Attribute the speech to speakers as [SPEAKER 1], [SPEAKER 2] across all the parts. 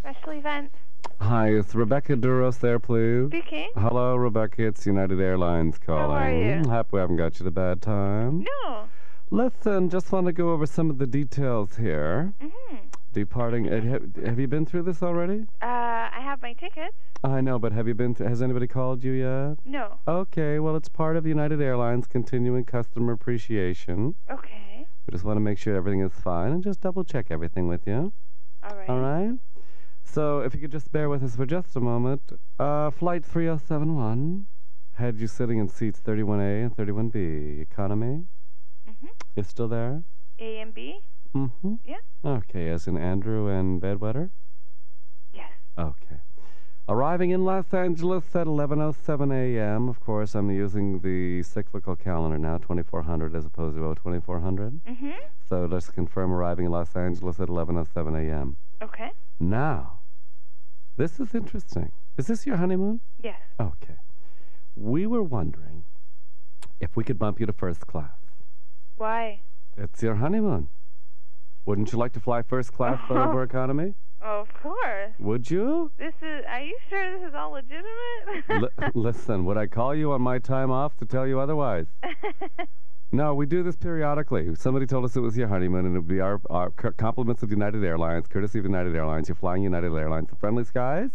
[SPEAKER 1] Special event
[SPEAKER 2] Hi, it's Rebecca Duros there, please.
[SPEAKER 1] speaking.
[SPEAKER 2] Hello, Rebecca. It's United Airlines calling.
[SPEAKER 1] are you?
[SPEAKER 2] Happy we haven't got you at a bad time.
[SPEAKER 1] No.
[SPEAKER 2] Listen, just want to go over some of the details here.
[SPEAKER 1] hmm
[SPEAKER 2] Departing. uh, ha- Have you been through this already?
[SPEAKER 1] Uh, I have my tickets.
[SPEAKER 2] I know, but have you been? Th- has anybody called you yet?
[SPEAKER 1] No.
[SPEAKER 2] Okay. Well, it's part of United Airlines continuing customer appreciation.
[SPEAKER 1] Okay.
[SPEAKER 2] We just want to make sure everything is fine and just double check everything with you.
[SPEAKER 1] All right.
[SPEAKER 2] All right. So, if you could just bear with us for just a moment. Uh, flight 3071 had you sitting in seats 31A and 31B. Economy?
[SPEAKER 1] Mhm.
[SPEAKER 2] Is still there?
[SPEAKER 1] A and B.
[SPEAKER 2] Mm-hmm.
[SPEAKER 1] Yeah.
[SPEAKER 2] Okay, as in Andrew and Bedwetter?
[SPEAKER 1] Yes.
[SPEAKER 2] Okay. Arriving in Los Angeles at 11.07 a.m. Of course, I'm using the cyclical calendar now, 2400 as opposed to 2400.
[SPEAKER 1] hmm
[SPEAKER 2] So, let's confirm arriving in Los Angeles at 11.07 a.m.
[SPEAKER 1] Okay.
[SPEAKER 2] Now, this is interesting. Is this your honeymoon?
[SPEAKER 1] Yes.
[SPEAKER 2] Okay. We were wondering if we could bump you to first class.
[SPEAKER 1] Why?
[SPEAKER 2] It's your honeymoon. Wouldn't you like to fly first class over economy?
[SPEAKER 1] Oh, of course.
[SPEAKER 2] Would you?
[SPEAKER 1] This is. Are you sure this is all
[SPEAKER 2] L-
[SPEAKER 1] legitimate?
[SPEAKER 2] listen, would I call you on my time off to tell you otherwise? No, we do this periodically. Somebody told us it was your honeymoon, and it would be our, our c- compliments of United Airlines, courtesy of United Airlines. You're flying United Airlines, the friendly skies.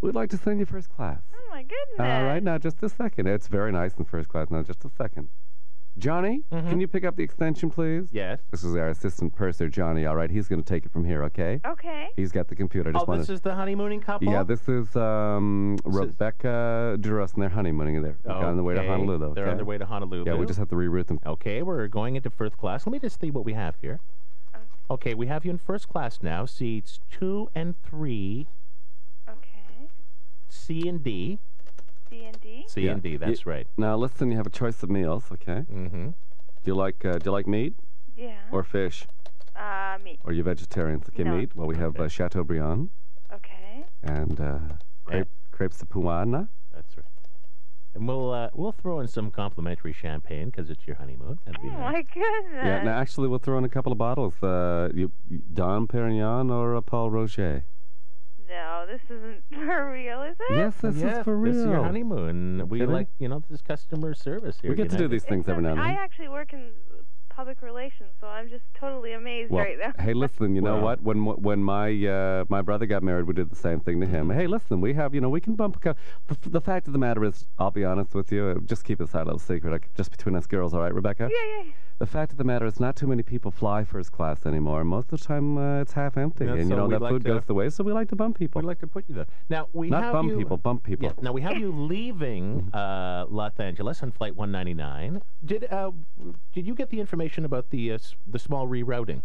[SPEAKER 2] We'd like to send you first class.
[SPEAKER 1] oh my goodness.
[SPEAKER 2] All right, now just a second. It's very nice in first class. Now just a second. Johnny,
[SPEAKER 3] Mhm.
[SPEAKER 2] can you pick up the extension, please?
[SPEAKER 3] Yes.
[SPEAKER 2] This is our assistant purser, Johnny. All right, he's going to take it from here. Okay.
[SPEAKER 1] Okay.
[SPEAKER 2] He's got the computer. Just
[SPEAKER 3] Oh,
[SPEAKER 2] wanted-
[SPEAKER 3] this is the honeymooning couple.
[SPEAKER 2] yeah, this is um,
[SPEAKER 3] This is-
[SPEAKER 2] Rebecca Duras and they're honeymooning. They're on the way to
[SPEAKER 3] Okay,
[SPEAKER 2] Honolulu.
[SPEAKER 3] They're on
[SPEAKER 2] okay?
[SPEAKER 3] their way to Honolulu.
[SPEAKER 2] Yeah, we just have to reroute them.
[SPEAKER 3] Okay, we're going into first class. Let me just see what we have here. Okay, we have you in first class now. Seats two and three,
[SPEAKER 1] Okay.
[SPEAKER 3] C and D.
[SPEAKER 1] D and D.
[SPEAKER 3] C
[SPEAKER 2] Yeah.
[SPEAKER 3] and D. That's right.
[SPEAKER 2] Now listen, you have a choice of meals. Okay.
[SPEAKER 3] Mm-hmm.
[SPEAKER 2] Do you like uh, do you like meat
[SPEAKER 1] Yeah.
[SPEAKER 2] or fish?
[SPEAKER 1] uh, me.
[SPEAKER 2] Or are you vegetarians? Okay,
[SPEAKER 1] No.
[SPEAKER 2] meat. Well, we have
[SPEAKER 3] Okay.
[SPEAKER 2] uh, Chateaubriand
[SPEAKER 1] Okay.
[SPEAKER 2] and uh, crepe, crepes de Puana.
[SPEAKER 3] That's right. And we'll uh, we'll throw in some complimentary champagne because it's your honeymoon. That'd
[SPEAKER 1] Oh
[SPEAKER 3] be nice.
[SPEAKER 1] my goodness.
[SPEAKER 2] Yeah, no, actually, we'll throw in a couple of bottles. Uh, you, you- Dom Perignon or a Paul Rocher?
[SPEAKER 1] No, this isn't for real, is it?
[SPEAKER 2] Yes, this
[SPEAKER 3] yeah,
[SPEAKER 2] is for real.
[SPEAKER 3] This is your honeymoon. We
[SPEAKER 2] Kidding?
[SPEAKER 3] like you know this is customer service here.
[SPEAKER 2] we
[SPEAKER 3] at
[SPEAKER 2] get to do
[SPEAKER 3] United.
[SPEAKER 2] these things
[SPEAKER 1] It's
[SPEAKER 2] every now
[SPEAKER 1] just-
[SPEAKER 2] and
[SPEAKER 1] I
[SPEAKER 2] then.
[SPEAKER 1] actually work in public relations, so I'm just totally amazed
[SPEAKER 2] Well,
[SPEAKER 1] right now.
[SPEAKER 2] hey, listen. You know
[SPEAKER 3] Well.
[SPEAKER 2] what? When m- when my uh, my brother got married, we did the same thing to him.
[SPEAKER 3] Mm-hmm.
[SPEAKER 2] Hey, listen, we have you know we can bump. Co- the, f- the fact of the matter is, I'll be honest with you. uh, Just keep this out of secret, like, just between us girls, all right, Rebecca?
[SPEAKER 1] Yeah, yeah.
[SPEAKER 2] The fact of the matter is, not too many people fly first class anymore. Most of the time, uh, it's half empty,
[SPEAKER 3] Yeah,
[SPEAKER 2] and
[SPEAKER 3] so
[SPEAKER 2] you know
[SPEAKER 3] we'd
[SPEAKER 2] that
[SPEAKER 3] like
[SPEAKER 2] food
[SPEAKER 3] to-
[SPEAKER 2] goes the way. So we like to bump people,
[SPEAKER 3] We'd like to put you there. Now we
[SPEAKER 2] not
[SPEAKER 3] have
[SPEAKER 2] bum
[SPEAKER 3] you,
[SPEAKER 2] people, bump people.
[SPEAKER 3] Yeah. Now we have you leaving uh, Los Angeles on flight 199. Did uh, did you get the information about the uh, s- the small rerouting?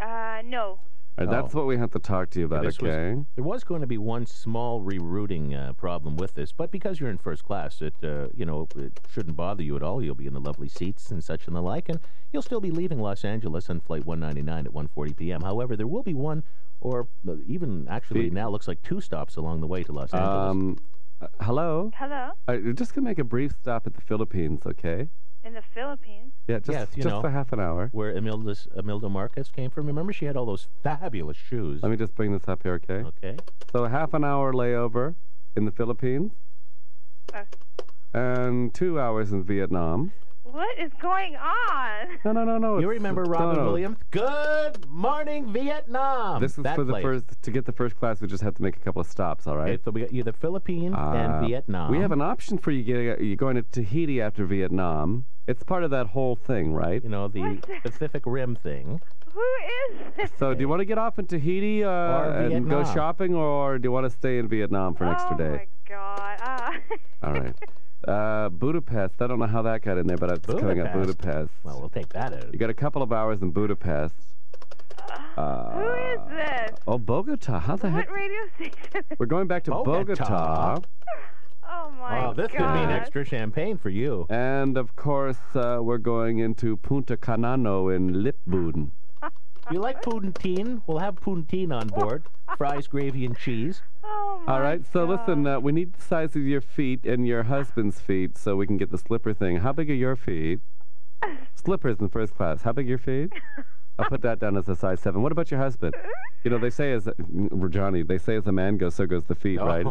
[SPEAKER 1] Uh, no.
[SPEAKER 2] Uh, That's what we have to talk to you about,
[SPEAKER 3] Oh. this was-
[SPEAKER 2] okay?
[SPEAKER 3] There was going to be one small rerouting uh, problem with this, but because you're in first class, it uh, you know it shouldn't bother you at all. You'll be in the lovely seats and such and the like, and you'll still be leaving Los Angeles on flight 199 at 1:40 p.m. However, there will be one, or uh, even actually
[SPEAKER 2] The-
[SPEAKER 3] now looks like two stops along the way to Los Angeles.
[SPEAKER 2] Um, uh, hello?
[SPEAKER 1] Hello?
[SPEAKER 2] Uh, we're just going to make a brief stop at the Philippines, okay?
[SPEAKER 1] In the Philippines?
[SPEAKER 2] Yeah, just,
[SPEAKER 3] Yes, you
[SPEAKER 2] just
[SPEAKER 3] know.
[SPEAKER 2] for half an hour.
[SPEAKER 3] where Emilda's, Emilda Marquez came from. Remember, she had all those fabulous shoes.
[SPEAKER 2] Let me just bring this up here, okay?
[SPEAKER 3] okay.
[SPEAKER 2] So, a half an hour layover in the Philippines.
[SPEAKER 1] Uh.
[SPEAKER 2] And two hours in Vietnam.
[SPEAKER 1] What is going on?
[SPEAKER 2] No, no, no, no.
[SPEAKER 3] You
[SPEAKER 2] Oh, it's-
[SPEAKER 3] remember
[SPEAKER 2] no,
[SPEAKER 3] Robin
[SPEAKER 2] no.
[SPEAKER 3] Williams? Good morning, Vietnam.
[SPEAKER 2] This is
[SPEAKER 3] That
[SPEAKER 2] for the
[SPEAKER 3] place.
[SPEAKER 2] first, to get the first class, we just have to make a couple of stops, all right?
[SPEAKER 3] Okay, so we got you the Philippines
[SPEAKER 2] Uh,
[SPEAKER 3] and Vietnam.
[SPEAKER 2] we have an option for you getting, you're going to Tahiti after Vietnam. It's part of that whole thing, right?
[SPEAKER 3] you know the
[SPEAKER 1] What's that?
[SPEAKER 3] Pacific Rim thing.
[SPEAKER 1] Who is this?
[SPEAKER 2] So, do you want to get off in Tahiti uh,
[SPEAKER 3] Or
[SPEAKER 2] and go
[SPEAKER 3] Vietnam.
[SPEAKER 2] shopping, or do you want to stay in Vietnam for an extra
[SPEAKER 1] oh
[SPEAKER 2] day?
[SPEAKER 1] my god. Ah.
[SPEAKER 2] All right. Uh, Budapest. I don't know how that got in there, but it's coming up
[SPEAKER 3] Budapest?
[SPEAKER 2] Budapest.
[SPEAKER 3] Well, we'll take that out.
[SPEAKER 2] you got a couple of hours in Budapest. Uh,
[SPEAKER 1] Who is this?
[SPEAKER 2] Oh, Bogota. How the
[SPEAKER 1] What
[SPEAKER 2] heck?
[SPEAKER 1] radio station?
[SPEAKER 2] We're going back to Bogota.
[SPEAKER 3] Bogota?
[SPEAKER 1] oh my
[SPEAKER 3] Wow,
[SPEAKER 1] god.
[SPEAKER 3] this could mean extra champagne for you.
[SPEAKER 2] and of course, uh, we're going into Punta Canano in Lipbuden.
[SPEAKER 3] you like poutine? We'll have poutine on board. Fries, gravy, and cheese.
[SPEAKER 1] Oh my
[SPEAKER 2] All right, so listen,
[SPEAKER 1] God.
[SPEAKER 2] uh, we need the size of your feet and your husband's feet so we can get the slipper thing. How big are your feet? Slippers in first class. How big are your feet? I'll put that down as a size seven. What about your husband? You know, they say as Johnny, they say as a man goes, so goes the feet,
[SPEAKER 3] Oh.
[SPEAKER 2] right?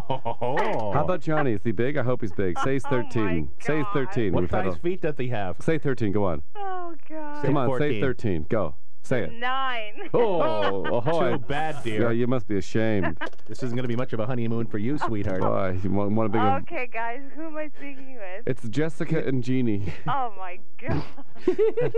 [SPEAKER 2] How about Johnny? Is he big? I hope he's big. Say he's
[SPEAKER 1] Oh my
[SPEAKER 2] 13. say he's
[SPEAKER 1] God.
[SPEAKER 2] 13.
[SPEAKER 3] what
[SPEAKER 2] We've had
[SPEAKER 3] size
[SPEAKER 2] a-
[SPEAKER 3] feet does he have?
[SPEAKER 2] Say 13. Go on.
[SPEAKER 1] Oh God.
[SPEAKER 3] Say
[SPEAKER 2] Come on,
[SPEAKER 3] 14.
[SPEAKER 2] say 13. Go. Say it.
[SPEAKER 1] Nine.
[SPEAKER 2] Oh,
[SPEAKER 3] Too
[SPEAKER 2] ahoy.
[SPEAKER 3] bad,
[SPEAKER 2] Yeah,
[SPEAKER 3] dear.
[SPEAKER 2] you must be ashamed.
[SPEAKER 3] This isn't going to be much of a honeymoon for you, sweetheart.
[SPEAKER 2] Boy, you want, want a big one.
[SPEAKER 1] Okay, guys, who am I speaking with?
[SPEAKER 2] It's Jessica and Jeannie.
[SPEAKER 1] Oh my God.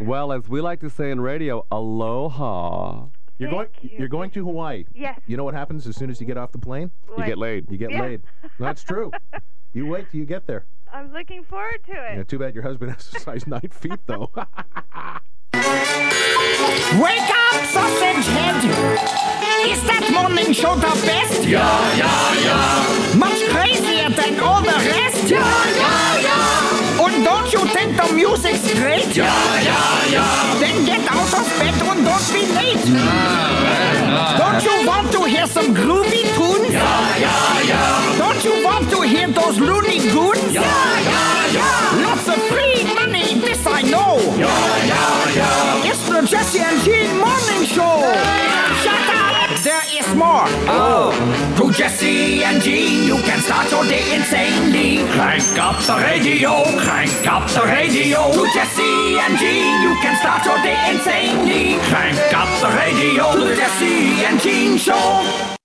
[SPEAKER 2] Well, as we like to say in radio, aloha.
[SPEAKER 3] You're going.
[SPEAKER 1] Thank you.
[SPEAKER 3] You're going to Hawaii.
[SPEAKER 1] Yes.
[SPEAKER 3] You know what happens as soon as you get off the plane?
[SPEAKER 2] You
[SPEAKER 1] like,
[SPEAKER 2] get laid.
[SPEAKER 3] You get
[SPEAKER 1] Yeah.
[SPEAKER 3] laid. That's true. You wait till you get there.
[SPEAKER 1] I'm looking forward to
[SPEAKER 3] You know,
[SPEAKER 1] it.
[SPEAKER 3] too bad your husband has a size nine feet though.
[SPEAKER 4] Wake up, sausage head! Is that morning show the best? Yeah, yeah, yeah! Much crazier than all the rest? Yeah, yeah, yeah! And don't you think the music's great? Yeah, yeah, yeah! Then get out of bed and don't be late! Don't you want to hear some groovy tunes? Yeah, yeah, yeah! Don't you want to hear those loony goons? Yeah, yeah, yeah! Lots of free money, this I know! It's the Jesse and Gene Morning Show. Shut up. There is more. Oh, to Jesse and Gene, you can start your day insanely. Crank up the radio. Crank up the radio. To Jesse and Gene, you can start your day insanely. Crank up the radio. To the Jesse and Gene Show.